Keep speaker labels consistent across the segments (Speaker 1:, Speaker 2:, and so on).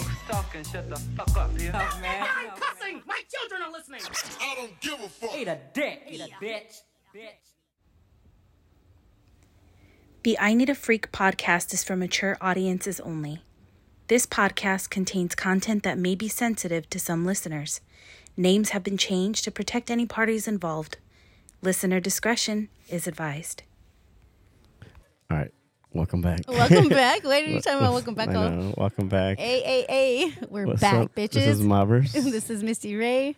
Speaker 1: fucking shut the fuck up here.
Speaker 2: Oh, man.
Speaker 3: I'm cussing. My children are listening.
Speaker 4: I don't give a fuck.
Speaker 2: Eat a dick. Eat a bitch. Bitch.
Speaker 5: The I Need a Freak podcast is for mature audiences only. This podcast contains content that may be sensitive to some listeners. Names have been changed to protect any parties involved. Listener discretion is advised.
Speaker 6: All right. Welcome back.
Speaker 7: Welcome back. What are you talking about? Welcome back.
Speaker 6: I
Speaker 7: all-
Speaker 6: know. Welcome back.
Speaker 7: Hey, hey, hey. We're
Speaker 6: What's
Speaker 7: back,
Speaker 6: up?
Speaker 7: bitches.
Speaker 6: This is Mobbers.
Speaker 7: This is Misty Ray.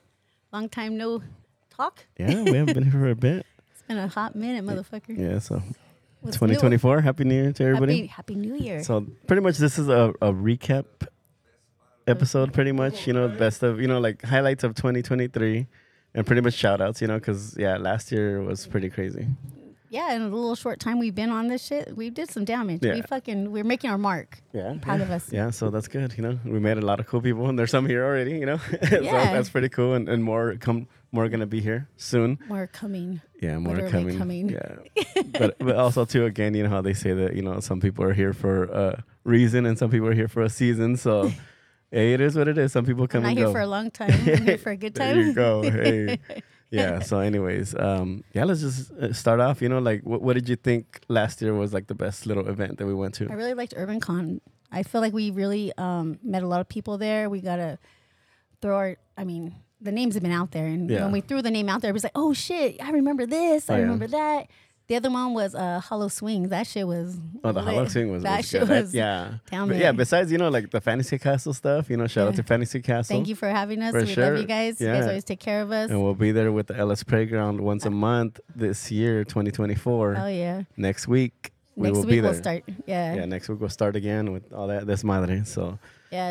Speaker 7: Long time no talk.
Speaker 6: yeah, we haven't been here for a bit.
Speaker 7: It's been a hot minute, motherfucker.
Speaker 6: Yeah, so
Speaker 7: What's new?
Speaker 6: 2024. Happy New Year to everybody.
Speaker 7: Happy, happy New Year.
Speaker 6: So pretty much this is a, a recap episode pretty much, you know, best of, you know, like highlights of 2023 and pretty much shout outs, you know, cuz yeah, last year was pretty crazy.
Speaker 7: yeah, in a little short time we've been on this shit, we did some damage.
Speaker 6: Yeah.
Speaker 7: We fucking, we're making our mark.
Speaker 6: Yeah.
Speaker 7: Proud of us.
Speaker 6: Yeah, so that's good, you know. We met a lot of cool people and there's some here already, you know. so
Speaker 7: Yeah.
Speaker 6: that's pretty cool and, and more come more going to be here soon.
Speaker 7: More coming.
Speaker 6: Yeah, more
Speaker 7: Literally
Speaker 6: coming.
Speaker 7: coming.
Speaker 6: Yeah, but but also too again, you know how they say that you know some people are here for a reason and some people are here for a season. So yeah, it is what it is. Some people
Speaker 7: I'm
Speaker 6: come
Speaker 7: not
Speaker 6: and
Speaker 7: here
Speaker 6: go.
Speaker 7: for a long time. I'm here for a good time.
Speaker 6: There you go. Hey. yeah. So, anyways, um, yeah, let's just uh, start off. You know, like what, what did you think last year was like the best little event that we went
Speaker 7: I
Speaker 6: to?
Speaker 7: really liked Urban Con. I feel like we really um, met a lot of people there. We got to throw our, I mean, the names have been out there. And
Speaker 6: Yeah.
Speaker 7: when we threw the name out there, it was like, oh shit, I remember this.
Speaker 6: Oh,
Speaker 7: I
Speaker 6: yeah.
Speaker 7: remember that. The other one was uh, Hollow Swings. That shit was.
Speaker 6: Oh, the
Speaker 7: lit.
Speaker 6: Hollow Swing was
Speaker 7: That
Speaker 6: was
Speaker 7: shit
Speaker 6: good. I-
Speaker 7: was.
Speaker 6: yeah.
Speaker 7: down
Speaker 6: But
Speaker 7: there.
Speaker 6: yeah. Besides, you know, like the Fantasy Castle stuff. You know, shout out to
Speaker 7: Yeah.
Speaker 6: Fantasy Castle.
Speaker 7: Thank you for having us.
Speaker 6: For
Speaker 7: we
Speaker 6: sure.
Speaker 7: love you guys. You
Speaker 6: Yeah.
Speaker 7: guys always take care of us.
Speaker 6: And we'll be there with the LS Playground once a month this year, 2024.
Speaker 7: Oh, yeah.
Speaker 6: Next week we
Speaker 7: Next
Speaker 6: will
Speaker 7: week
Speaker 6: be there.
Speaker 7: we'll start. Yeah.
Speaker 6: Yeah,
Speaker 7: yeah.
Speaker 6: next week we'll start again with all that. That's madre. So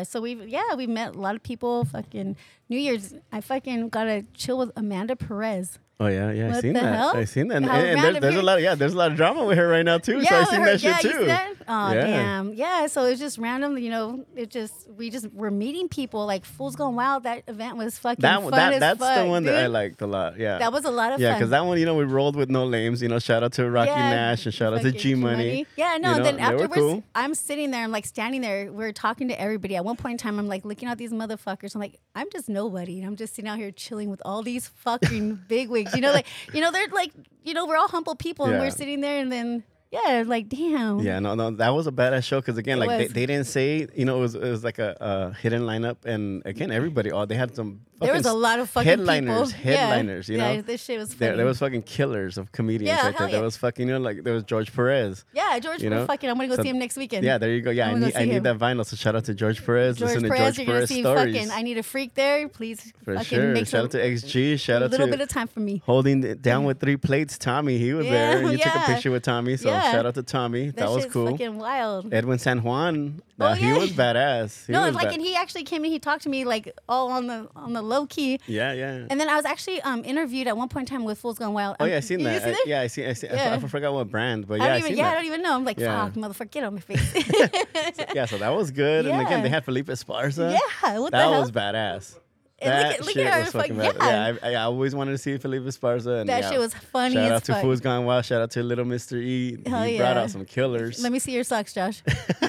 Speaker 7: So we've, yeah, we met a lot of people. Fucking New Year's. I fucking got to chill with Amanda Perez.
Speaker 6: Oh yeah, yeah, I
Speaker 7: What
Speaker 6: seen
Speaker 7: the
Speaker 6: that.
Speaker 7: hell?
Speaker 6: I seen that, and,
Speaker 7: How
Speaker 6: and- and
Speaker 7: random
Speaker 6: there, there's a
Speaker 7: you-
Speaker 6: lot. Of, yeah, there's a lot of drama with her right now too. so I seen
Speaker 7: her-
Speaker 6: that shit
Speaker 7: yeah, you
Speaker 6: too.
Speaker 7: see that? Oh
Speaker 6: Yeah.
Speaker 7: damn, yeah. So it was just random, you know. It just we just were meeting people like fools gone wild. That event was fucking
Speaker 6: That
Speaker 7: fun
Speaker 6: one, that,
Speaker 7: as
Speaker 6: that's
Speaker 7: fuck,
Speaker 6: the one that I
Speaker 7: dude.
Speaker 6: liked a lot. Yeah,
Speaker 7: That was a lot of
Speaker 6: yeah,
Speaker 7: fun.
Speaker 6: because that one, you know, we rolled with no names. You know, shout out to Rocky Nash and shout out to
Speaker 7: fucking
Speaker 6: G Money.
Speaker 7: G-Money. Yeah, no.
Speaker 6: You know,
Speaker 7: and then
Speaker 6: they were
Speaker 7: afterwards,
Speaker 6: cool.
Speaker 7: I'm sitting there. I'm like standing there. We're talking to everybody. At one point in time, I'm like looking at these motherfuckers. I'm like, I'm just nobody, and I'm just sitting out here chilling with all these fucking bigwigs. You know, like you know, they're like, you know, we're all humble people,
Speaker 6: Yeah.
Speaker 7: and we're sitting there, and then yeah, like damn,
Speaker 6: Yeah, no, no, that was a badass show because again,
Speaker 7: It
Speaker 6: like they,
Speaker 7: was.
Speaker 6: they didn't say, you know, it was, it was like a, a hidden lineup, and again, everybody, all they had some.
Speaker 7: There
Speaker 6: fucking
Speaker 7: was a lot of fucking
Speaker 6: headliners,
Speaker 7: people. Yeah.
Speaker 6: headliners. You know,
Speaker 7: Yeah, this shit was
Speaker 6: There, there
Speaker 7: funny.
Speaker 6: was fucking killers of comedians right
Speaker 7: Yeah,
Speaker 6: there.
Speaker 7: hell
Speaker 6: There
Speaker 7: yeah.
Speaker 6: was fucking, you know, like there was George Perez.
Speaker 7: Yeah, George,
Speaker 6: You
Speaker 7: we're
Speaker 6: know?
Speaker 7: fucking. I'm gonna go
Speaker 6: So-
Speaker 7: see him next weekend.
Speaker 6: Yeah, there you go. Yeah, I
Speaker 7: I'm gonna
Speaker 6: need,
Speaker 7: go
Speaker 6: I
Speaker 7: see
Speaker 6: need
Speaker 7: him.
Speaker 6: that vinyl. So shout out to George Perez.
Speaker 7: George
Speaker 6: Listen to
Speaker 7: Perez,
Speaker 6: George
Speaker 7: you're gonna
Speaker 6: Perez
Speaker 7: see
Speaker 6: stories.
Speaker 7: fucking. I need a freak there, please.
Speaker 6: for
Speaker 7: fucking
Speaker 6: sure.
Speaker 7: make
Speaker 6: Shout
Speaker 7: some,
Speaker 6: out to XG. Shout
Speaker 7: a
Speaker 6: out
Speaker 7: little
Speaker 6: to
Speaker 7: bit of time for me.
Speaker 6: holding it down with three plates. Tommy, he was there.
Speaker 7: Yeah,
Speaker 6: You took a
Speaker 7: yeah.
Speaker 6: picture with Tommy. So
Speaker 7: Yeah.
Speaker 6: shout out to Tommy. That,
Speaker 7: That,
Speaker 6: was
Speaker 7: shit's
Speaker 6: cool.
Speaker 7: Fucking wild.
Speaker 6: Edwin San Juan.
Speaker 7: Oh,
Speaker 6: uh, He
Speaker 7: yeah.
Speaker 6: was badass. He
Speaker 7: no,
Speaker 6: was
Speaker 7: like,
Speaker 6: ba-
Speaker 7: and he actually came and he talked to me like all on the on the low key.
Speaker 6: Yeah, yeah.
Speaker 7: And then I was actually um interviewed at one point in time with Fools Gone Wild.
Speaker 6: Oh
Speaker 7: Um,
Speaker 6: yeah, I seen
Speaker 7: did you
Speaker 6: that.
Speaker 7: see
Speaker 6: I- yeah, I seen. I seen. I f- I,
Speaker 7: Yeah.
Speaker 6: forgot what brand, but
Speaker 7: I
Speaker 6: yeah,
Speaker 7: don't
Speaker 6: I
Speaker 7: even.
Speaker 6: seen
Speaker 7: yeah,
Speaker 6: that.
Speaker 7: I don't even know. I'm like,
Speaker 6: Yeah.
Speaker 7: fuck, motherfucker, get on my face.
Speaker 6: yeah, so that was good. And again,
Speaker 7: Yeah.
Speaker 6: they had Felipe Esparza.
Speaker 7: Yeah, what the
Speaker 6: that
Speaker 7: hell?
Speaker 6: was badass.
Speaker 7: And look at- look at her, it's like,
Speaker 6: bad.
Speaker 7: yeah.
Speaker 6: I, I, I always wanted to see Felipe Esparza. And
Speaker 7: That
Speaker 6: yeah,
Speaker 7: shit was funny
Speaker 6: Shout
Speaker 7: as
Speaker 6: out to
Speaker 7: fuck.
Speaker 6: Fools Gone Wild. Shout out to Little Mister E.
Speaker 7: Hell
Speaker 6: he brought
Speaker 7: yeah.
Speaker 6: out some killers.
Speaker 7: Let me see your socks, Josh.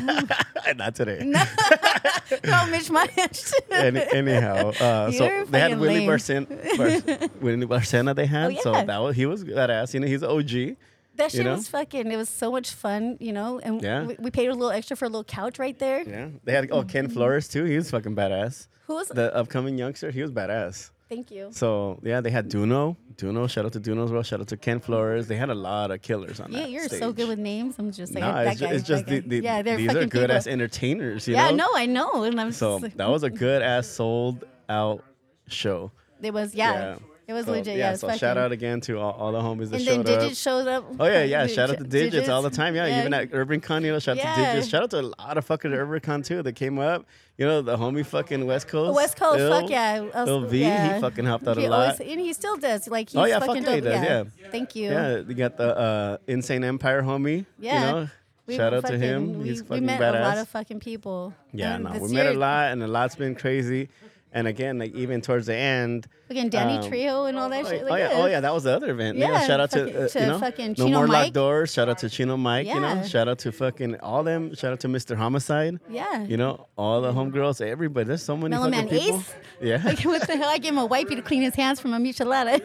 Speaker 6: Not today.
Speaker 7: Throw Oh, Mitch my ass.
Speaker 6: Any, anyhow, uh, so
Speaker 7: You're
Speaker 6: they had
Speaker 7: fucking
Speaker 6: Willie
Speaker 7: lame.
Speaker 6: Barcena. Willie Barcena they had.
Speaker 7: Oh,
Speaker 6: So
Speaker 7: yeah.
Speaker 6: that was he was badass. You know, he's OG.
Speaker 7: That
Speaker 6: You
Speaker 7: shit
Speaker 6: know?
Speaker 7: was fucking. It was so much fun, you know. And
Speaker 6: Yeah.
Speaker 7: we, we paid a little extra for a little couch right there.
Speaker 6: Yeah, they had oh
Speaker 7: Mm-hmm.
Speaker 6: Ken Flores too. He was fucking badass.
Speaker 7: Who was?
Speaker 6: The upcoming youngster, he was badass.
Speaker 7: thank you.
Speaker 6: So yeah, they had Duno. Duno, shout out to Duno as well. Shout out to Ken Flores. They had a lot of killers on
Speaker 7: Yeah,
Speaker 6: that.
Speaker 7: you're so
Speaker 6: stage.
Speaker 7: good with names. I'm just like,
Speaker 6: No,
Speaker 7: that
Speaker 6: it's, ju-
Speaker 7: guy,
Speaker 6: it's just the,
Speaker 7: that guy.
Speaker 6: the,
Speaker 7: yeah, they're
Speaker 6: these
Speaker 7: fucking
Speaker 6: are good
Speaker 7: people.
Speaker 6: ass entertainers. You
Speaker 7: yeah,
Speaker 6: know?
Speaker 7: no, I know, and I'm
Speaker 6: So
Speaker 7: just,
Speaker 6: that was a good ass sold out show.
Speaker 7: it was yeah, it was
Speaker 6: So,
Speaker 7: legit.
Speaker 6: Yeah.
Speaker 7: Yeah, it's
Speaker 6: so
Speaker 7: fucking-
Speaker 6: shout out again to all, all the homies that
Speaker 7: And then
Speaker 6: showed
Speaker 7: Digits
Speaker 6: up.
Speaker 7: showed up.
Speaker 6: Oh yeah, yeah!
Speaker 7: Fucking
Speaker 6: Shout out
Speaker 7: Dig-
Speaker 6: to digits, all the time. Yeah, even at Urban Con, you know, shout out to
Speaker 7: Yeah.
Speaker 6: digits. Shout out to a lot of fucking Urban Con too that came up. You know, the homie fucking West Coast.
Speaker 7: West Coast,
Speaker 6: Lil-
Speaker 7: fuck yeah, us-
Speaker 6: Lil V,
Speaker 7: yeah.
Speaker 6: he fucking hopped out
Speaker 7: He
Speaker 6: a lot.
Speaker 7: always- and he still does. Like he's
Speaker 6: Oh, yeah, fuck
Speaker 7: fucking
Speaker 6: yeah, he
Speaker 7: dope.
Speaker 6: does,
Speaker 7: yeah.
Speaker 6: yeah.
Speaker 7: thank you.
Speaker 6: Yeah, you got the uh, Insane Empire homie.
Speaker 7: Yeah.
Speaker 6: You know?
Speaker 7: We
Speaker 6: Shout out
Speaker 7: fucking-
Speaker 6: to him.
Speaker 7: We,
Speaker 6: He's
Speaker 7: we
Speaker 6: fucking
Speaker 7: met
Speaker 6: badass.
Speaker 7: a lot of fucking people.
Speaker 6: yeah,
Speaker 7: And
Speaker 6: no,
Speaker 7: this
Speaker 6: we met
Speaker 7: year-
Speaker 6: a lot, and a lot's been crazy. And again, like even towards the end,
Speaker 7: Fucking Danny
Speaker 6: Um,
Speaker 7: Trio and all that
Speaker 6: like,
Speaker 7: shit.
Speaker 6: oh
Speaker 7: Like,
Speaker 6: yeah, oh yeah, that was the other event. you know,
Speaker 7: Yeah,
Speaker 6: shout out
Speaker 7: fucking-
Speaker 6: to, uh,
Speaker 7: to
Speaker 6: you know,
Speaker 7: fucking
Speaker 6: no
Speaker 7: Chino
Speaker 6: more
Speaker 7: Mike.
Speaker 6: locked doors. Shout out to Chino Mike. You know,
Speaker 7: Yeah.
Speaker 6: shout out to fucking all them. Shout out to Mr. Homicide.
Speaker 7: Yeah.
Speaker 6: You know, all the homegirls, everybody. There's so many
Speaker 7: Mellow
Speaker 6: fucking
Speaker 7: Man
Speaker 6: people.
Speaker 7: Ace.
Speaker 6: Yeah.
Speaker 7: Like, what the hell? I gave him a wipey to clean his hands from a michelada.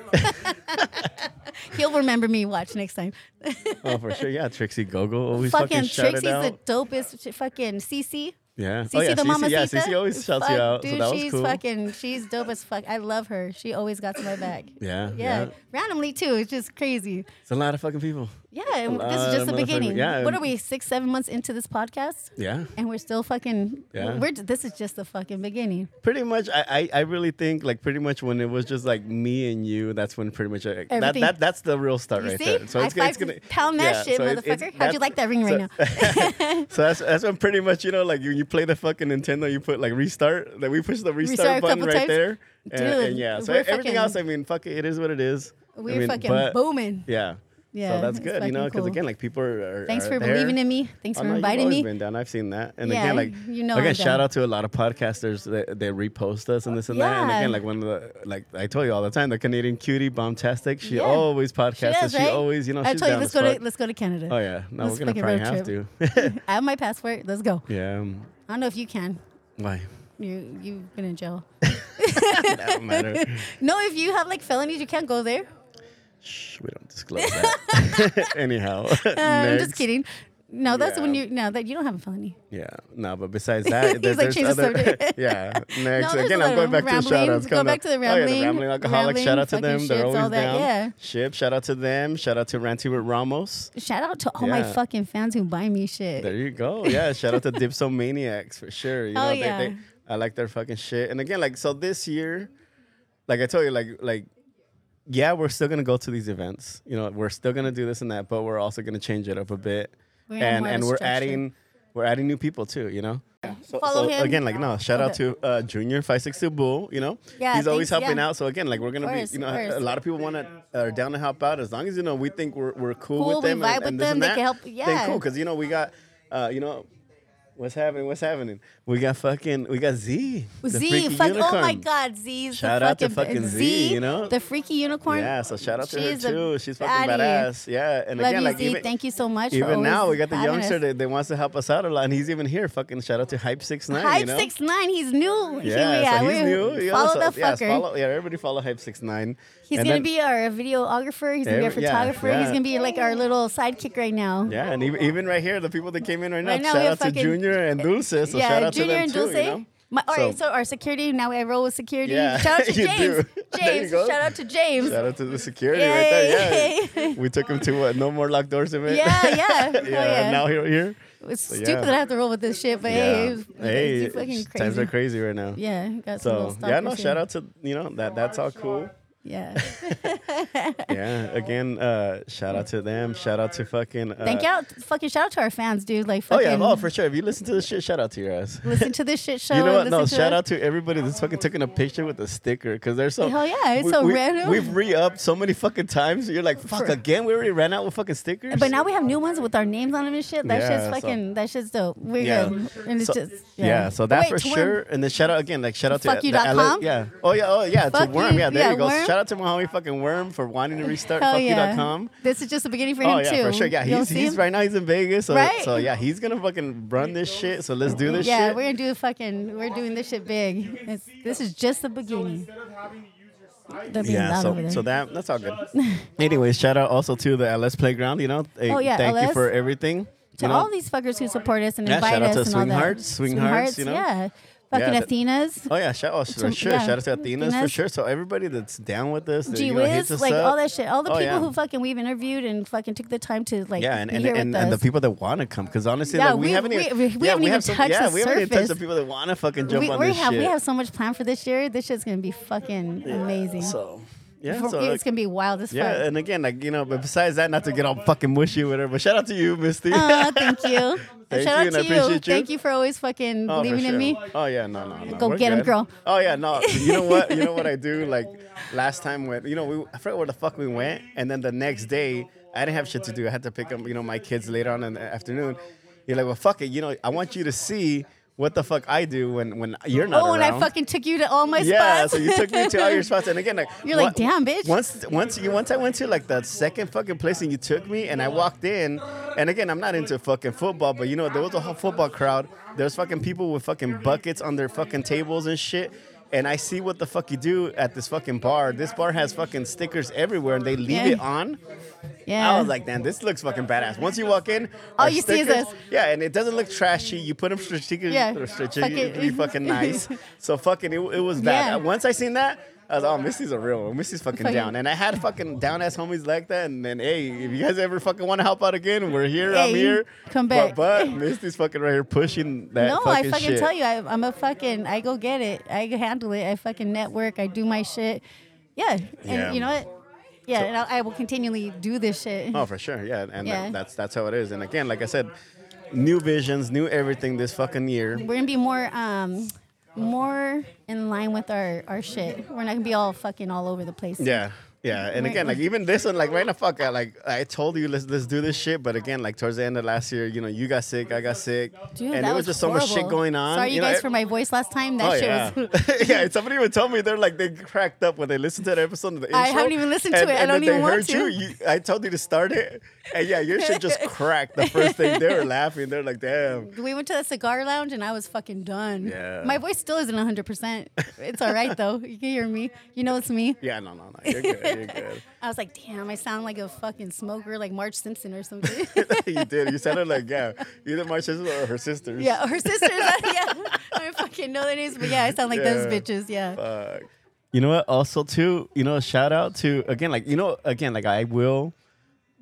Speaker 7: He'll remember me. Watch next time.
Speaker 6: oh, for sure. Yeah, Trixie Gogo always fucking,
Speaker 7: fucking
Speaker 6: shouted
Speaker 7: Trixie's
Speaker 6: out.
Speaker 7: the dopest. sh- Fucking CC.
Speaker 6: yeah.
Speaker 7: CC
Speaker 6: oh yeah,
Speaker 7: the
Speaker 6: Cece,
Speaker 7: mama
Speaker 6: yeah, Cece always shouts you out.
Speaker 7: Dude,
Speaker 6: so that was
Speaker 7: she's
Speaker 6: cool.
Speaker 7: fucking. She's dope as fuck. I love her. She always got to my back.
Speaker 6: yeah,
Speaker 7: Yeah.
Speaker 6: yeah.
Speaker 7: Randomly too. It's just crazy.
Speaker 6: It's a lot of fucking people.
Speaker 7: Yeah. And
Speaker 6: lot
Speaker 7: this is
Speaker 6: of
Speaker 7: just the
Speaker 6: motherfuckers.
Speaker 7: beginning.
Speaker 6: Uh, Yeah,
Speaker 7: What
Speaker 6: and-
Speaker 7: are we? Six, seven months into this podcast.
Speaker 6: Yeah.
Speaker 7: And we're still fucking.
Speaker 6: Yeah.
Speaker 7: We're. This is just the fucking beginning.
Speaker 6: pretty much I, I i really think like pretty much when it was just like me and you that's when pretty much I, that,
Speaker 7: Everything.
Speaker 6: that that's the real start
Speaker 7: You
Speaker 6: right
Speaker 7: see?
Speaker 6: there so
Speaker 7: I
Speaker 6: it's, it's
Speaker 7: five-
Speaker 6: gonna
Speaker 7: pound that shit, motherfucker. How'd you
Speaker 6: that's-
Speaker 7: like that ring right
Speaker 6: so, so that's that's when pretty much you know like you, you play the fucking nintendo you put like restart then we push the restart,
Speaker 7: Restart a
Speaker 6: button
Speaker 7: couple
Speaker 6: right
Speaker 7: times.
Speaker 6: there and, and
Speaker 7: Dude,
Speaker 6: yeah so
Speaker 7: we're
Speaker 6: everything
Speaker 7: fucking-
Speaker 6: else i mean fuck it it is what it is I
Speaker 7: We're
Speaker 6: mean,
Speaker 7: fucking
Speaker 6: but-
Speaker 7: booming.
Speaker 6: yeah
Speaker 7: Yeah,
Speaker 6: so that's
Speaker 7: it's
Speaker 6: good you know
Speaker 7: fucking
Speaker 6: because
Speaker 7: cool.
Speaker 6: again like people are, are
Speaker 7: Thanks
Speaker 6: are
Speaker 7: for
Speaker 6: there.
Speaker 7: believing in me. Thanks
Speaker 6: Oh,
Speaker 7: for
Speaker 6: no, you've
Speaker 7: inviting
Speaker 6: always
Speaker 7: me.
Speaker 6: been down. I've seen that. And
Speaker 7: Yeah,
Speaker 6: again, like
Speaker 7: you know I'm
Speaker 6: again, shout
Speaker 7: down.
Speaker 6: out to a lot of podcasters that they repost us and this and that. And
Speaker 7: Yeah.
Speaker 6: again, like one of the like I told you all the time, the Canadian cutie bombastic. She
Speaker 7: Yeah.
Speaker 6: always podcasts.
Speaker 7: She
Speaker 6: She,
Speaker 7: does, right?
Speaker 6: always, you know,
Speaker 7: I
Speaker 6: she's
Speaker 7: told you,
Speaker 6: down
Speaker 7: let's
Speaker 6: as
Speaker 7: go to
Speaker 6: fuck.
Speaker 7: let's go to Canada.
Speaker 6: Oh yeah, no,
Speaker 7: Let's
Speaker 6: we're gonna
Speaker 7: fucking
Speaker 6: probably
Speaker 7: road
Speaker 6: have to.
Speaker 7: trip. I have my passport. Let's go.
Speaker 6: yeah. um,
Speaker 7: I don't know if you can.
Speaker 6: Why?
Speaker 7: You you've been in jail.
Speaker 6: That don't matter.
Speaker 7: No, if you have like felonies, you can't go there.
Speaker 6: Shh, we don't disclose that. Anyhow,
Speaker 7: Uh, I'm just
Speaker 6: next.
Speaker 7: kidding. No, that's when
Speaker 6: Yeah.
Speaker 7: you no that you don't have a felony.
Speaker 6: Yeah, no, but besides that, there,
Speaker 7: He's
Speaker 6: there's
Speaker 7: like, "Change the
Speaker 6: other.
Speaker 7: subject."
Speaker 6: yeah, next.
Speaker 7: there's a
Speaker 6: Again,
Speaker 7: lot
Speaker 6: I'm
Speaker 7: of
Speaker 6: going back to the shout
Speaker 7: rambling.
Speaker 6: outs.
Speaker 7: Go back to the
Speaker 6: Oh, yeah,
Speaker 7: rambling,
Speaker 6: the rambling alcoholics. shout out to
Speaker 7: rambling,
Speaker 6: them. They're
Speaker 7: fucking shits,
Speaker 6: always
Speaker 7: all that,
Speaker 6: down.
Speaker 7: yeah.
Speaker 6: Ship. Shout out to them. Shout out to Ranty with Ramos.
Speaker 7: Shout out to all my
Speaker 6: Yeah.
Speaker 7: fucking fans who buy me shit.
Speaker 6: There you go. Yeah, shout out to Dipsomaniacs for sure. You
Speaker 7: Oh,
Speaker 6: know, they,
Speaker 7: yeah.
Speaker 6: they, I like their fucking shit. And again, like so this year, like I told you, like like yeah, we're still gonna go to these events. You know, we're still gonna do this and that, but we're also gonna change it up a bit.
Speaker 7: We're gonna
Speaker 6: and
Speaker 7: have more of
Speaker 6: and
Speaker 7: a
Speaker 6: we're
Speaker 7: structure.
Speaker 6: adding we're adding new people too. You know. So, so
Speaker 7: Follow him.
Speaker 6: again, like no, shout out
Speaker 7: Okay.
Speaker 6: to uh, Junior Five Sixty Bull. You know,
Speaker 7: Yeah,
Speaker 6: he's always
Speaker 7: thanks,
Speaker 6: helping
Speaker 7: yeah.
Speaker 6: out. So again, like we're gonna
Speaker 7: Course,
Speaker 6: be, you know,
Speaker 7: course.
Speaker 6: a lot of people want to are down to help out. As long as you know, we think we're, we're cool,
Speaker 7: Cool,
Speaker 6: with
Speaker 7: we
Speaker 6: them.
Speaker 7: vibe
Speaker 6: and,
Speaker 7: with
Speaker 6: and this
Speaker 7: them,
Speaker 6: and
Speaker 7: they
Speaker 6: that,
Speaker 7: can help-
Speaker 6: then
Speaker 7: yeah.
Speaker 6: cool. Because you know we got, uh, you know, what's happening? What's happening? We got fucking, we got Z. the
Speaker 7: Z,
Speaker 6: freaky
Speaker 7: fuck, oh my
Speaker 6: unicorn.
Speaker 7: God, Z's
Speaker 6: Shout
Speaker 7: the
Speaker 6: out
Speaker 7: fucking,
Speaker 6: to fucking Z, you know?
Speaker 7: the freaky unicorn.
Speaker 6: Yeah, so shout out to
Speaker 7: She's a
Speaker 6: her too. She's fucking
Speaker 7: baddie.
Speaker 6: badass. Yeah, and
Speaker 7: Love
Speaker 6: again,
Speaker 7: you,
Speaker 6: like
Speaker 7: Z.
Speaker 6: even,
Speaker 7: Thank you so much. for
Speaker 6: even
Speaker 7: always
Speaker 6: now we got the
Speaker 7: having
Speaker 6: youngster
Speaker 7: us.
Speaker 6: that, that wants to help us out a lot, and he's even here. Fucking shout out to Hype Six Nine.
Speaker 7: Hype
Speaker 6: you know?
Speaker 7: six nine. He's new. Here we
Speaker 6: Yeah,
Speaker 7: are.
Speaker 6: so he's
Speaker 7: We're-
Speaker 6: new. you know,
Speaker 7: Follow
Speaker 6: so-
Speaker 7: the
Speaker 6: yes,
Speaker 7: fucker.
Speaker 6: follow- yeah, everybody follow Hype Six Nine.
Speaker 7: He's gonna be our videographer. He's gonna be our
Speaker 6: Every- yeah,
Speaker 7: photographer. He's
Speaker 6: yeah.
Speaker 7: gonna be like our little sidekick right now.
Speaker 6: Yeah, and even, even right here, the people that came in right now,
Speaker 7: Right now, we
Speaker 6: shout
Speaker 7: have
Speaker 6: out to
Speaker 7: fucking-
Speaker 6: Junior and Dulce. So
Speaker 7: Yeah,
Speaker 6: shout out
Speaker 7: Junior
Speaker 6: to them
Speaker 7: and
Speaker 6: too,
Speaker 7: Dulce.
Speaker 6: you know?
Speaker 7: My, all right,
Speaker 6: So-
Speaker 7: so our security now I roll with security.
Speaker 6: Yeah,
Speaker 7: Shout out to
Speaker 6: you
Speaker 7: James.
Speaker 6: do. There you
Speaker 7: James,
Speaker 6: go.
Speaker 7: shout out to James.
Speaker 6: Shout out to the security right there. Yeah,
Speaker 7: Yay.
Speaker 6: we took him to what? No more locked doors event.
Speaker 7: yeah, yeah,
Speaker 6: yeah,
Speaker 7: Oh,
Speaker 6: and now here, here.
Speaker 7: It's stupid
Speaker 6: yeah.
Speaker 7: that I have to roll with this shit, but hey, it was,
Speaker 6: hey,
Speaker 7: it's fucking
Speaker 6: it's-
Speaker 7: crazy.
Speaker 6: times are crazy right now.
Speaker 7: Yeah, got some little
Speaker 6: So yeah, no,
Speaker 7: stalkers
Speaker 6: shout
Speaker 7: here.
Speaker 6: out to you know that that's all cool.
Speaker 7: Yeah,
Speaker 6: Yeah, again, uh, shout out to them. Shout out to fucking. Uh,
Speaker 7: thank out, fucking shout out to our fans, dude. Like
Speaker 6: Oh
Speaker 7: fucking,
Speaker 6: yeah, oh for sure. If you listen to this shit, shout out to your ass.
Speaker 7: listen to this shit show.
Speaker 6: You know what?
Speaker 7: and
Speaker 6: No,
Speaker 7: listen to
Speaker 6: shout
Speaker 7: us.
Speaker 6: out to everybody that's fucking taking a picture with a sticker because there's so
Speaker 7: Hell yeah, it's so random.
Speaker 6: We've re upped so many fucking times. You're like, fuck
Speaker 7: For-
Speaker 6: again. We already ran out with fucking stickers.
Speaker 7: But now we have new ones with our names on them and shit. That
Speaker 6: Yeah,
Speaker 7: shit's
Speaker 6: so-
Speaker 7: fucking. that shit's dope. We're
Speaker 6: Yeah.
Speaker 7: good. And it's
Speaker 6: So-
Speaker 7: just
Speaker 6: yeah. so that for sure. And then shout out again, like shout out to
Speaker 7: Fuck you
Speaker 6: the
Speaker 7: dot
Speaker 6: LA
Speaker 7: com?
Speaker 6: Yeah. Oh yeah. Oh yeah.
Speaker 7: Fuck
Speaker 6: to Worm.
Speaker 7: you-
Speaker 6: Yeah. There
Speaker 7: yeah,
Speaker 6: you go.
Speaker 7: Worm.
Speaker 6: Shout out to my homie fucking Worm for wanting to restart
Speaker 7: Hell
Speaker 6: fuck you
Speaker 7: yeah.
Speaker 6: dot com.
Speaker 7: This is just the beginning for him
Speaker 6: Oh yeah,
Speaker 7: too.
Speaker 6: for sure. Yeah,
Speaker 7: You don't
Speaker 6: he's,
Speaker 7: see
Speaker 6: he's
Speaker 7: him?
Speaker 6: right now he's in Vegas, so
Speaker 7: Right?
Speaker 6: so yeah, he's gonna fucking run this shit. So let's do this
Speaker 7: yeah,
Speaker 6: shit.
Speaker 7: we're gonna do fucking. We're doing this shit big. It's, this is just the beginning. They're being
Speaker 6: yeah,
Speaker 7: loud
Speaker 6: so,
Speaker 7: over there.
Speaker 6: so that that's all good. Anyways, shout out also to the LS Playground. You know, Hey,
Speaker 7: Oh, yeah,
Speaker 6: thank
Speaker 7: LS.
Speaker 6: you for everything.
Speaker 7: to
Speaker 6: you know,
Speaker 7: all these fuckers who support us and
Speaker 6: Yeah,
Speaker 7: invite
Speaker 6: shout out
Speaker 7: us
Speaker 6: to
Speaker 7: and all
Speaker 6: Swing
Speaker 7: that.
Speaker 6: Hearts, Swing Hearts, you know?
Speaker 7: yeah. Fucking
Speaker 6: Yeah, that-
Speaker 7: Athena's.
Speaker 6: Oh yeah, shout out for
Speaker 7: To-
Speaker 6: sure.
Speaker 7: yeah.
Speaker 6: Shout out to Athena's for
Speaker 7: Athena's.
Speaker 6: sure. So everybody that's down with us, that,
Speaker 7: Gee
Speaker 6: you know, hits
Speaker 7: whiz,
Speaker 6: us
Speaker 7: like
Speaker 6: up.
Speaker 7: all that shit. All the
Speaker 6: Oh,
Speaker 7: people
Speaker 6: yeah.
Speaker 7: who fucking we've interviewed and fucking took the time to like
Speaker 6: Yeah, and
Speaker 7: be
Speaker 6: and,
Speaker 7: here
Speaker 6: and,
Speaker 7: with
Speaker 6: and the
Speaker 7: us.
Speaker 6: people that want to come because honestly,
Speaker 7: Yeah,
Speaker 6: like, we,
Speaker 7: we-
Speaker 6: haven't
Speaker 7: we-
Speaker 6: even
Speaker 7: we- we
Speaker 6: yeah,
Speaker 7: haven't
Speaker 6: we
Speaker 7: even
Speaker 6: have some,
Speaker 7: touched
Speaker 6: yeah,
Speaker 7: the
Speaker 6: we haven't even touched
Speaker 7: surface.
Speaker 6: the people that want to fucking jump
Speaker 7: we,
Speaker 6: on
Speaker 7: we
Speaker 6: this
Speaker 7: have
Speaker 6: shit.
Speaker 7: we have so much planned for this year. This shit's gonna be fucking amazing.
Speaker 6: so yeah,
Speaker 7: For-
Speaker 6: so
Speaker 7: it's
Speaker 6: like,
Speaker 7: gonna be wild as
Speaker 6: yeah,
Speaker 7: fuck.
Speaker 6: and again, like you know, but besides that, not to get all fucking mushy or whatever. But shout out to you, Misty.
Speaker 7: Aw, thank you.
Speaker 6: Thank
Speaker 7: Shout
Speaker 6: you,
Speaker 7: out
Speaker 6: and I
Speaker 7: to you.
Speaker 6: appreciate you.
Speaker 7: Thank you for always fucking
Speaker 6: Oh, for
Speaker 7: believing in
Speaker 6: sure.
Speaker 7: me.
Speaker 6: Oh yeah, no, no, no.
Speaker 7: Go
Speaker 6: we're
Speaker 7: get 'em,
Speaker 6: good.
Speaker 7: girl.
Speaker 6: Oh yeah, no. You know what? You know what I do? Like last time when you know we I forgot where the fuck we went, and then the next day I didn't have shit to do. I had to pick up you know my kids later on in the afternoon. You're like, well, fuck it. You know, I want you to see what the fuck I do when when you're not
Speaker 7: oh, and I
Speaker 6: around.
Speaker 7: fucking took you to all my
Speaker 6: yeah,
Speaker 7: spots.
Speaker 6: so you took me to all your spots, and again, like,
Speaker 7: You're like,
Speaker 6: on-
Speaker 7: "Damn, bitch."
Speaker 6: Once, once you, once I went to like that second fucking place, and you took me, and I walked in, and again, I'm not into fucking football, but you know, there was a whole football crowd. There's fucking people with fucking buckets on their fucking tables and shit. And I see what the fuck you do at this fucking bar. This bar has fucking stickers everywhere, and they leave
Speaker 7: Yeah.
Speaker 6: it on.
Speaker 7: yeah.
Speaker 6: I was like, damn, this looks fucking badass. Once you walk in,
Speaker 7: All
Speaker 6: our
Speaker 7: you see is
Speaker 6: stickers-
Speaker 7: us.
Speaker 6: Yeah, and it doesn't look trashy. You put them strategically,
Speaker 7: Yeah,
Speaker 6: strategically fucking,
Speaker 7: fucking-
Speaker 6: nice. So fucking, it, it was
Speaker 7: Yeah.
Speaker 6: bad. Once I seen that, I was like, oh, Missy's a real one. Missy's fucking
Speaker 7: Fucking-
Speaker 6: down. And I had fucking down ass homies like that. And then, hey, if you guys ever fucking want to help out again, we're here.
Speaker 7: Hey,
Speaker 6: I'm here.
Speaker 7: come back.
Speaker 6: But, but Misty's fucking right here pushing that
Speaker 7: no,
Speaker 6: fucking
Speaker 7: I fucking
Speaker 6: shit.
Speaker 7: tell you, I, I'm a fucking. I go get it. I handle it. I fucking network. I do my shit. Yeah, and
Speaker 6: Yeah.
Speaker 7: you know what? Yeah, and I, I will continually do this shit.
Speaker 6: Oh, for sure, yeah, and
Speaker 7: Yeah.
Speaker 6: That, that's that's how it is. And again, like I said, new visions, new everything this fucking year.
Speaker 7: We're gonna be more, um, more in line with our our shit. We're not gonna be all fucking all over the place.
Speaker 6: Yeah. Yeah, and again, like even this one, like right now, fuck, I, like I told you, let's let's do this shit. But again, like towards the end of last year, you know, you got sick, I got sick,
Speaker 7: Dude,
Speaker 6: and
Speaker 7: that
Speaker 6: there was, just so much shit
Speaker 7: horrible.
Speaker 6: going on.
Speaker 7: Sorry, you,
Speaker 6: know,
Speaker 7: guys,
Speaker 6: it-
Speaker 7: for my voice last time. That
Speaker 6: Oh
Speaker 7: shit
Speaker 6: yeah,
Speaker 7: was.
Speaker 6: yeah. and Somebody would tell me they're like they cracked up when they listened to the episode. Of the intro,
Speaker 7: I haven't even listened to
Speaker 6: and-
Speaker 7: it. I
Speaker 6: and then
Speaker 7: don't even
Speaker 6: they
Speaker 7: want
Speaker 6: heard
Speaker 7: to.
Speaker 6: You, you, I told you to start it, and yeah, your shit just cracked. The first thing they were laughing, they're like, "Damn,
Speaker 7: We went to the cigar lounge and I was fucking done.
Speaker 6: Yeah.
Speaker 7: My voice still isn't 100%. It's all right though. You can hear me. You know it's me.
Speaker 6: yeah, no, no, no, you're good, you're good."
Speaker 7: I was like, damn, I sound like a fucking smoker, like Marge Simpson or something.
Speaker 6: you did. You sounded like yeah, either my sister or her sisters.
Speaker 7: yeah, her sisters. yeah, I don't fucking know their names, but yeah, I sound like those
Speaker 6: Yeah.
Speaker 7: bitches. Yeah.
Speaker 6: Fuck. You know what? Also, too, you know, shout out to again, like you know, again, like I will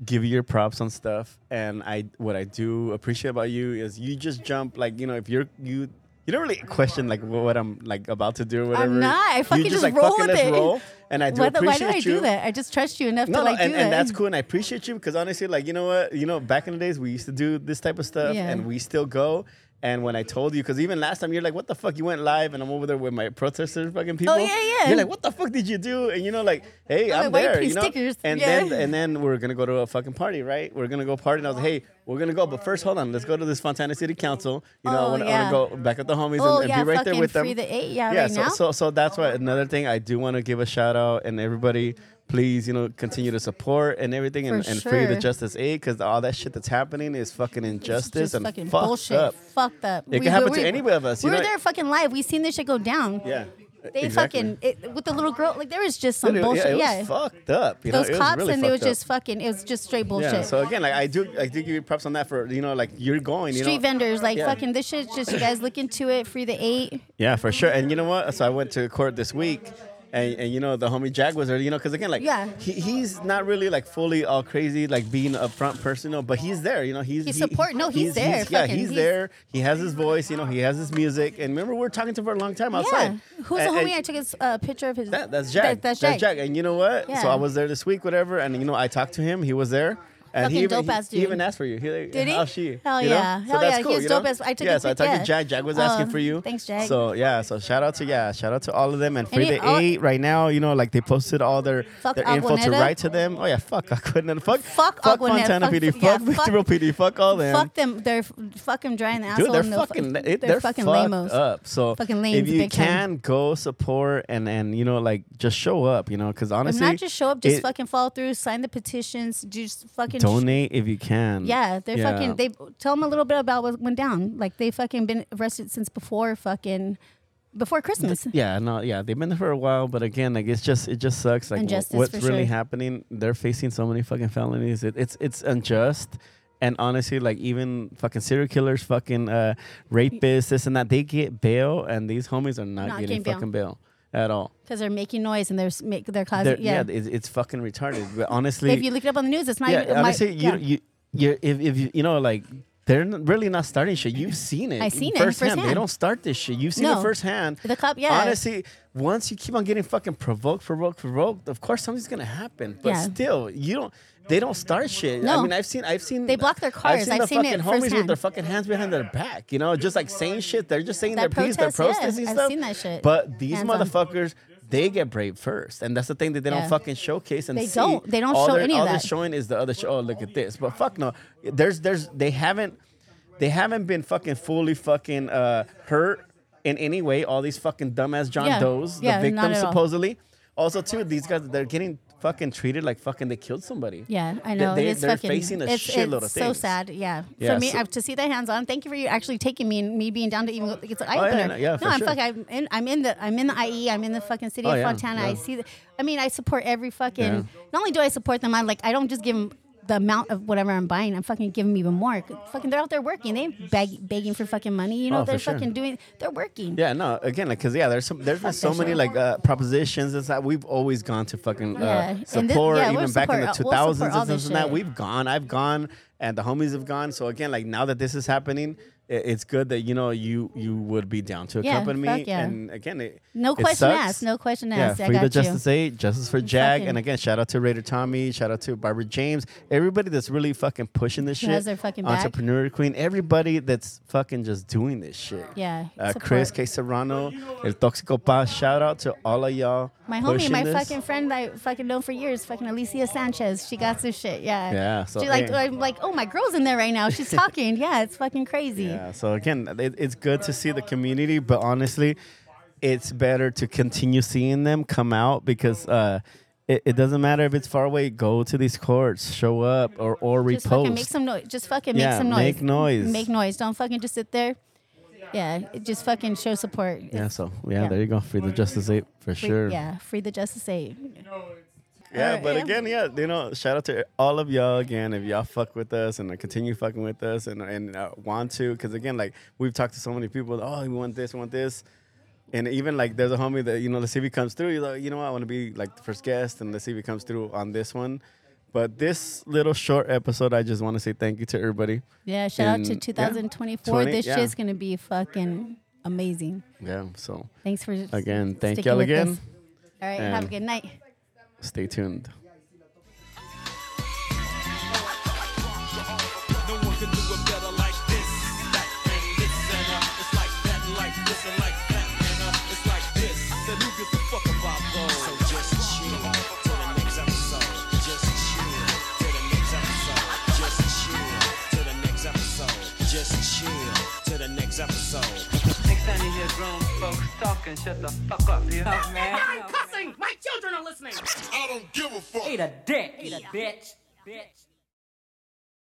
Speaker 6: give you your props on stuff, and I what I do appreciate about you is you just jump like you know if you're you you don't really question like wh- what I'm like about to do or whatever.
Speaker 7: not. I
Speaker 6: You
Speaker 7: fucking just roll with
Speaker 6: let's
Speaker 7: it.
Speaker 6: roll, and I do
Speaker 7: Why, the- why
Speaker 6: appreciate
Speaker 7: do I
Speaker 6: you.
Speaker 7: do that? I just trust you enough
Speaker 6: No,
Speaker 7: to like
Speaker 6: no, and,
Speaker 7: do that.
Speaker 6: and that's cool, and I appreciate you because honestly, like you know what, you know, back in the days we used to do this type of stuff,
Speaker 7: Yeah.
Speaker 6: and we still go. And when I told you, because even last time you're like, "What the fuck?" You went live, and I'm over there with my protesters, fucking people.
Speaker 7: Oh, yeah, yeah.
Speaker 6: You're like, "What the fuck did you do?" And you know, like, "Hey,
Speaker 7: Oh,
Speaker 6: I'm
Speaker 7: the white
Speaker 6: there,"
Speaker 7: piece
Speaker 6: you know.
Speaker 7: stickers,
Speaker 6: And
Speaker 7: yeah.
Speaker 6: then and then we're gonna go to a fucking party, right? We're gonna go party, and I was like, "Hey, we're gonna go, but first, hold on, let's go to this Fontana City Council. You know,
Speaker 7: Oh,
Speaker 6: I wanna,
Speaker 7: yeah.
Speaker 6: I wanna go back at the homies
Speaker 7: Oh,
Speaker 6: and, and
Speaker 7: yeah,
Speaker 6: be right there
Speaker 7: fucking
Speaker 6: with them."
Speaker 7: free the eight, yeah, right
Speaker 6: so,
Speaker 7: now. Oh
Speaker 6: so so that's why another thing I do want to give a shout out and everybody please you know continue to support and everything and,
Speaker 7: For
Speaker 6: and free the
Speaker 7: sure.
Speaker 6: justice aid because all that shit that's happening is fucking
Speaker 7: It's
Speaker 6: injustice
Speaker 7: just
Speaker 6: and
Speaker 7: fucking
Speaker 6: fucked
Speaker 7: bullshit.
Speaker 6: up.
Speaker 7: Fucked up.
Speaker 6: It could happen to any of us,
Speaker 7: We
Speaker 6: you
Speaker 7: were
Speaker 6: know?
Speaker 7: there fucking live. We seen this shit go down.
Speaker 6: Yeah,
Speaker 7: They
Speaker 6: exactly.
Speaker 7: fucking it, with the little girl. Like there was just some
Speaker 6: Dude, it-
Speaker 7: bullshit.
Speaker 6: Yeah, it
Speaker 7: Yeah.
Speaker 6: was fucked up. You know,
Speaker 7: Those
Speaker 6: it was
Speaker 7: cops
Speaker 6: really
Speaker 7: and they was
Speaker 6: fucked up.
Speaker 7: just fucking. It was just straight bullshit.
Speaker 6: Yeah, so again, like I do, I do give you props on that for you know, like you're going, you
Speaker 7: Street
Speaker 6: know,
Speaker 7: vendors, like
Speaker 6: Yeah.
Speaker 7: fucking this shit. Just you guys look into it. Free the eight.
Speaker 6: Yeah, for sure. And you know what? So I went to court this week. And, and you know the homie Jag was there, you know, because again, like
Speaker 7: Yeah.
Speaker 6: he, he's not really like fully all crazy, like being a front person, you know, but he's there, you know, he's
Speaker 7: He's support- no, he's there,
Speaker 6: yeah,
Speaker 7: fucking,
Speaker 6: he's,
Speaker 7: he's-
Speaker 6: there. He has his voice, you know, he has his music, and remember we are talking to him for a long time
Speaker 7: Yeah.
Speaker 6: outside.
Speaker 7: Who's
Speaker 6: And-
Speaker 7: the
Speaker 6: and-
Speaker 7: homie? I took a uh, picture of his.
Speaker 6: that, that's Jack.
Speaker 7: That- that's Jack.
Speaker 6: And you know what?
Speaker 7: Yeah.
Speaker 6: So I was there this week, whatever. And you know, I talked to him. He was there. And
Speaker 7: Fucking
Speaker 6: he, even,
Speaker 7: dope ass
Speaker 6: he, he
Speaker 7: dude.
Speaker 6: even asked for you. He like,
Speaker 7: Did he?
Speaker 6: How's she?
Speaker 7: Hell
Speaker 6: you know?
Speaker 7: yeah.
Speaker 6: So
Speaker 7: Hell
Speaker 6: that's
Speaker 7: yeah.
Speaker 6: cool,
Speaker 7: He was
Speaker 6: you know?
Speaker 7: dope as- I took
Speaker 6: yeah,
Speaker 7: a
Speaker 6: so I
Speaker 7: pic-
Speaker 6: talked
Speaker 7: yeah.
Speaker 6: to Jack. Jack was
Speaker 7: Oh,
Speaker 6: asking for you.
Speaker 7: thanks, Jack.
Speaker 6: So yeah, so shout out to yeah, shout out to all of them and free
Speaker 7: yeah,
Speaker 6: the
Speaker 7: all-
Speaker 6: eight right now. You know, like they posted all their
Speaker 7: Fuck
Speaker 6: their info to
Speaker 7: Aguaneta.
Speaker 6: write to them. Oh yeah, fuck Aguaneta. Fuck
Speaker 7: Fuck
Speaker 6: fuck
Speaker 7: Aguaneta.
Speaker 6: Fontana
Speaker 7: Fuck-
Speaker 6: PD.
Speaker 7: yeah,
Speaker 6: Fuck
Speaker 7: fuck-
Speaker 6: Victorville PD. Fuck all them.
Speaker 7: Fuck them. They're f- fucking drying the asshole.
Speaker 6: Dude, they're
Speaker 7: and
Speaker 6: fucking,
Speaker 7: Fuck,
Speaker 6: they're,
Speaker 7: fucking
Speaker 6: fucked
Speaker 7: lamos.
Speaker 6: up. So
Speaker 7: Fucking
Speaker 6: if
Speaker 7: lames,
Speaker 6: you
Speaker 7: big time.
Speaker 6: can go support and and you know like just show up, you know, because
Speaker 7: If
Speaker 6: honestly,
Speaker 7: not just show up, just
Speaker 6: it-
Speaker 7: fucking follow through, sign the petitions, just fucking sh-
Speaker 6: donate if you can.
Speaker 7: Yeah, they're fucking. They tell them a little bit about what went down. Like they fucking been arrested since before fucking before Christmas.
Speaker 6: Yeah, no, yeah, they've been there for a while, but again, like it's just it just sucks. Like wh-
Speaker 7: Injustice
Speaker 6: what's
Speaker 7: for
Speaker 6: really
Speaker 7: sure.
Speaker 6: happening? They're facing so many fucking felonies. It, it's it's unjust. And honestly, like even fucking serial killers, fucking uh, rapists, this and that, they get bail, and these homies are not,
Speaker 7: Not
Speaker 6: getting
Speaker 7: getting bail.
Speaker 6: fucking bail at all.
Speaker 7: Because they're making noise and they're s- make their
Speaker 6: They're-
Speaker 7: closet.
Speaker 6: yeah,
Speaker 7: Yeah.
Speaker 6: it's, it's fucking retarded. But honestly,
Speaker 7: if you look it up on the news, it's not.
Speaker 6: yeah,
Speaker 7: even, my-
Speaker 6: honestly, you
Speaker 7: yeah.
Speaker 6: you you if if you, you know like they're n- really not starting shit. You've seen it.
Speaker 7: I seen it
Speaker 6: firsthand. They
Speaker 7: firsthand.
Speaker 6: don't start this shit. You've seen it
Speaker 7: No.
Speaker 6: firsthand.
Speaker 7: The cop- yeah.
Speaker 6: Honestly, once you keep on getting fucking provoked, provoked, provoked, of course something's gonna happen. But
Speaker 7: Yeah.
Speaker 6: still, you don't. They don't start shit. I
Speaker 7: No.
Speaker 6: mean, I've seen, I've seen.
Speaker 7: They block their
Speaker 6: I've
Speaker 7: cars.
Speaker 6: seen
Speaker 7: I've
Speaker 6: the
Speaker 7: seen
Speaker 6: fucking
Speaker 7: it
Speaker 6: homies with
Speaker 7: firsthand.
Speaker 6: their fucking hands behind their back. You know, just like saying shit. They're just saying
Speaker 7: That
Speaker 6: their piece. They're
Speaker 7: protest, yeah,
Speaker 6: protesting
Speaker 7: I've
Speaker 6: stuff.
Speaker 7: seen that shit.
Speaker 6: But these
Speaker 7: Hands on.
Speaker 6: motherfuckers. They get brave first, and that's the thing that they don't
Speaker 7: Yeah.
Speaker 6: fucking showcase and
Speaker 7: They
Speaker 6: see.
Speaker 7: don't. They don't
Speaker 6: all
Speaker 7: show
Speaker 6: they're-
Speaker 7: any of
Speaker 6: all they're
Speaker 7: that.
Speaker 6: showing is the other show. Oh, look at this. But fuck no. There's there's they haven't They haven't been fucking fully fucking uh, hurt in any way. All these fucking dumbass John
Speaker 7: Yeah.
Speaker 6: Does,
Speaker 7: Yeah, not
Speaker 6: the victims
Speaker 7: at all.
Speaker 6: supposedly. Also, too, these guys they're getting fucking treated like fucking they killed somebody.
Speaker 7: Yeah, I
Speaker 6: They-
Speaker 7: know.
Speaker 6: They,
Speaker 7: it's
Speaker 6: are
Speaker 7: fucking,
Speaker 6: facing a
Speaker 7: it's,
Speaker 6: shitload
Speaker 7: it's
Speaker 6: of
Speaker 7: so
Speaker 6: things.
Speaker 7: sad. Yeah.
Speaker 6: Yeah,
Speaker 7: for me,
Speaker 6: so-
Speaker 7: I, to see that hands on. Thank you for you actually taking me and me being down to even. go- It's an eye
Speaker 6: Oh, yeah,
Speaker 7: opener.
Speaker 6: no, yeah,
Speaker 7: no,
Speaker 6: for
Speaker 7: I'm
Speaker 6: sure.
Speaker 7: fucking. I'm in. I'm in the. I'm in the IE. I'm in the fucking city
Speaker 6: Oh,
Speaker 7: of
Speaker 6: yeah,
Speaker 7: Fontana. I
Speaker 6: yeah.
Speaker 7: see. The, I mean, I support every fucking.
Speaker 6: Yeah.
Speaker 7: Not only do I support them, I like. I don't just give them the amount of whatever I'm buying. I'm fucking giving them even more. Fucking, they're out there working. They ain't beg, begging for fucking money. You know,
Speaker 6: Oh, for
Speaker 7: they're
Speaker 6: sure.
Speaker 7: fucking doing. They're working.
Speaker 6: Yeah, no, again, like, cause yeah, there's some, there's been so
Speaker 7: that
Speaker 6: many
Speaker 7: shit.
Speaker 6: like uh, propositions and that we've always gone to fucking uh,
Speaker 7: Yeah, and thi-
Speaker 6: support,
Speaker 7: yeah, we'll
Speaker 6: even back in the
Speaker 7: support- uh,
Speaker 6: 2000s
Speaker 7: we'll support
Speaker 6: and
Speaker 7: all
Speaker 6: this
Speaker 7: this
Speaker 6: and that.
Speaker 7: shit.
Speaker 6: We've gone, I've gone, and the homies have gone. So again, like now that this is happening, i it's good that you know you you would be down to
Speaker 7: Yeah,
Speaker 6: accompany me.
Speaker 7: fuck yeah.
Speaker 6: And again, it, it
Speaker 7: No question
Speaker 6: sucks.
Speaker 7: asked. No question
Speaker 6: Yeah,
Speaker 7: asked. I
Speaker 6: free
Speaker 7: got
Speaker 6: the
Speaker 7: you.
Speaker 6: Justice Eight, Justice for Jag,
Speaker 7: fucking-
Speaker 6: and again, shout out to Raider Tommy, shout out to Barbara James, everybody that's really fucking pushing this
Speaker 7: Who
Speaker 6: shit.
Speaker 7: has their fucking back.
Speaker 6: Entrepreneur Queen, everybody that's fucking just doing this shit.
Speaker 7: Yeah,
Speaker 6: Uh,
Speaker 7: support.
Speaker 6: Chris K. Serrano, El Toxico Paz, shout out to all of y'all.
Speaker 7: My homie,
Speaker 6: pushing
Speaker 7: my
Speaker 6: this.
Speaker 7: fucking friend, I fucking known for years, fucking Alicia Sanchez. She got some shit, yeah.
Speaker 6: Yeah, so,
Speaker 7: she like,
Speaker 6: yeah.
Speaker 7: I'm like, oh, my girl's in there right now. She's talking. yeah, it's fucking crazy.
Speaker 6: Yeah, so again, it, it's good to see the community, but honestly, it's better to continue seeing them come out because uh, it, it doesn't matter if it's far away. Go to these courts, show up, or or
Speaker 7: Just fucking
Speaker 6: repost.
Speaker 7: make some noise. Just fucking
Speaker 6: Yeah,
Speaker 7: make some noise.
Speaker 6: make noise.
Speaker 7: Make noise. Don't fucking just sit there. Yeah, it- just fucking show support.
Speaker 6: yeah,
Speaker 7: It's-
Speaker 6: so yeah,
Speaker 7: yeah.
Speaker 6: there you go. Free the Justice Ape for
Speaker 7: free,
Speaker 6: sure.
Speaker 7: Yeah, free the Justice Aid.
Speaker 6: Yeah,
Speaker 7: Alright,
Speaker 6: but
Speaker 7: yeah.
Speaker 6: again, yeah, you know, shout out to all of y'all again. If y'all fuck with us and uh, continue fucking with us and and uh, want to, because again, like we've talked to so many people. Oh, we want this, we want this, and even like there's a homie that you know, let's see if he comes through. He's like, you know, what, I want to be like the first guest, and let's see if he comes through on this one. But this little short episode, I just want to say thank you to everybody.
Speaker 7: Yeah, shout out to
Speaker 6: And, yeah,
Speaker 7: 2024.
Speaker 6: 20,
Speaker 7: this
Speaker 6: yeah.
Speaker 7: shit's gonna be fucking amazing.
Speaker 6: Yeah. So
Speaker 7: Thanks for
Speaker 6: Again, thank
Speaker 7: sticking
Speaker 6: y'all
Speaker 7: with
Speaker 6: again.
Speaker 7: us. All right, have
Speaker 6: And-
Speaker 7: a good night.
Speaker 6: stay tuned.
Speaker 1: No one can do it better like this, that, and this, and uh, it's like that, like this, and like that, and uh, it's like this. Then who gives a fuck about those? So just chill till the next episode. Just chill till the next episode. Just chill till the next episode. Just chill till the next episode.
Speaker 4: Next time you hear grown folks talking, shut the fuck up, yeah?
Speaker 3: I'm cussing. My children are listening.
Speaker 2: Eat a dick. Eat a bitch. Bitch.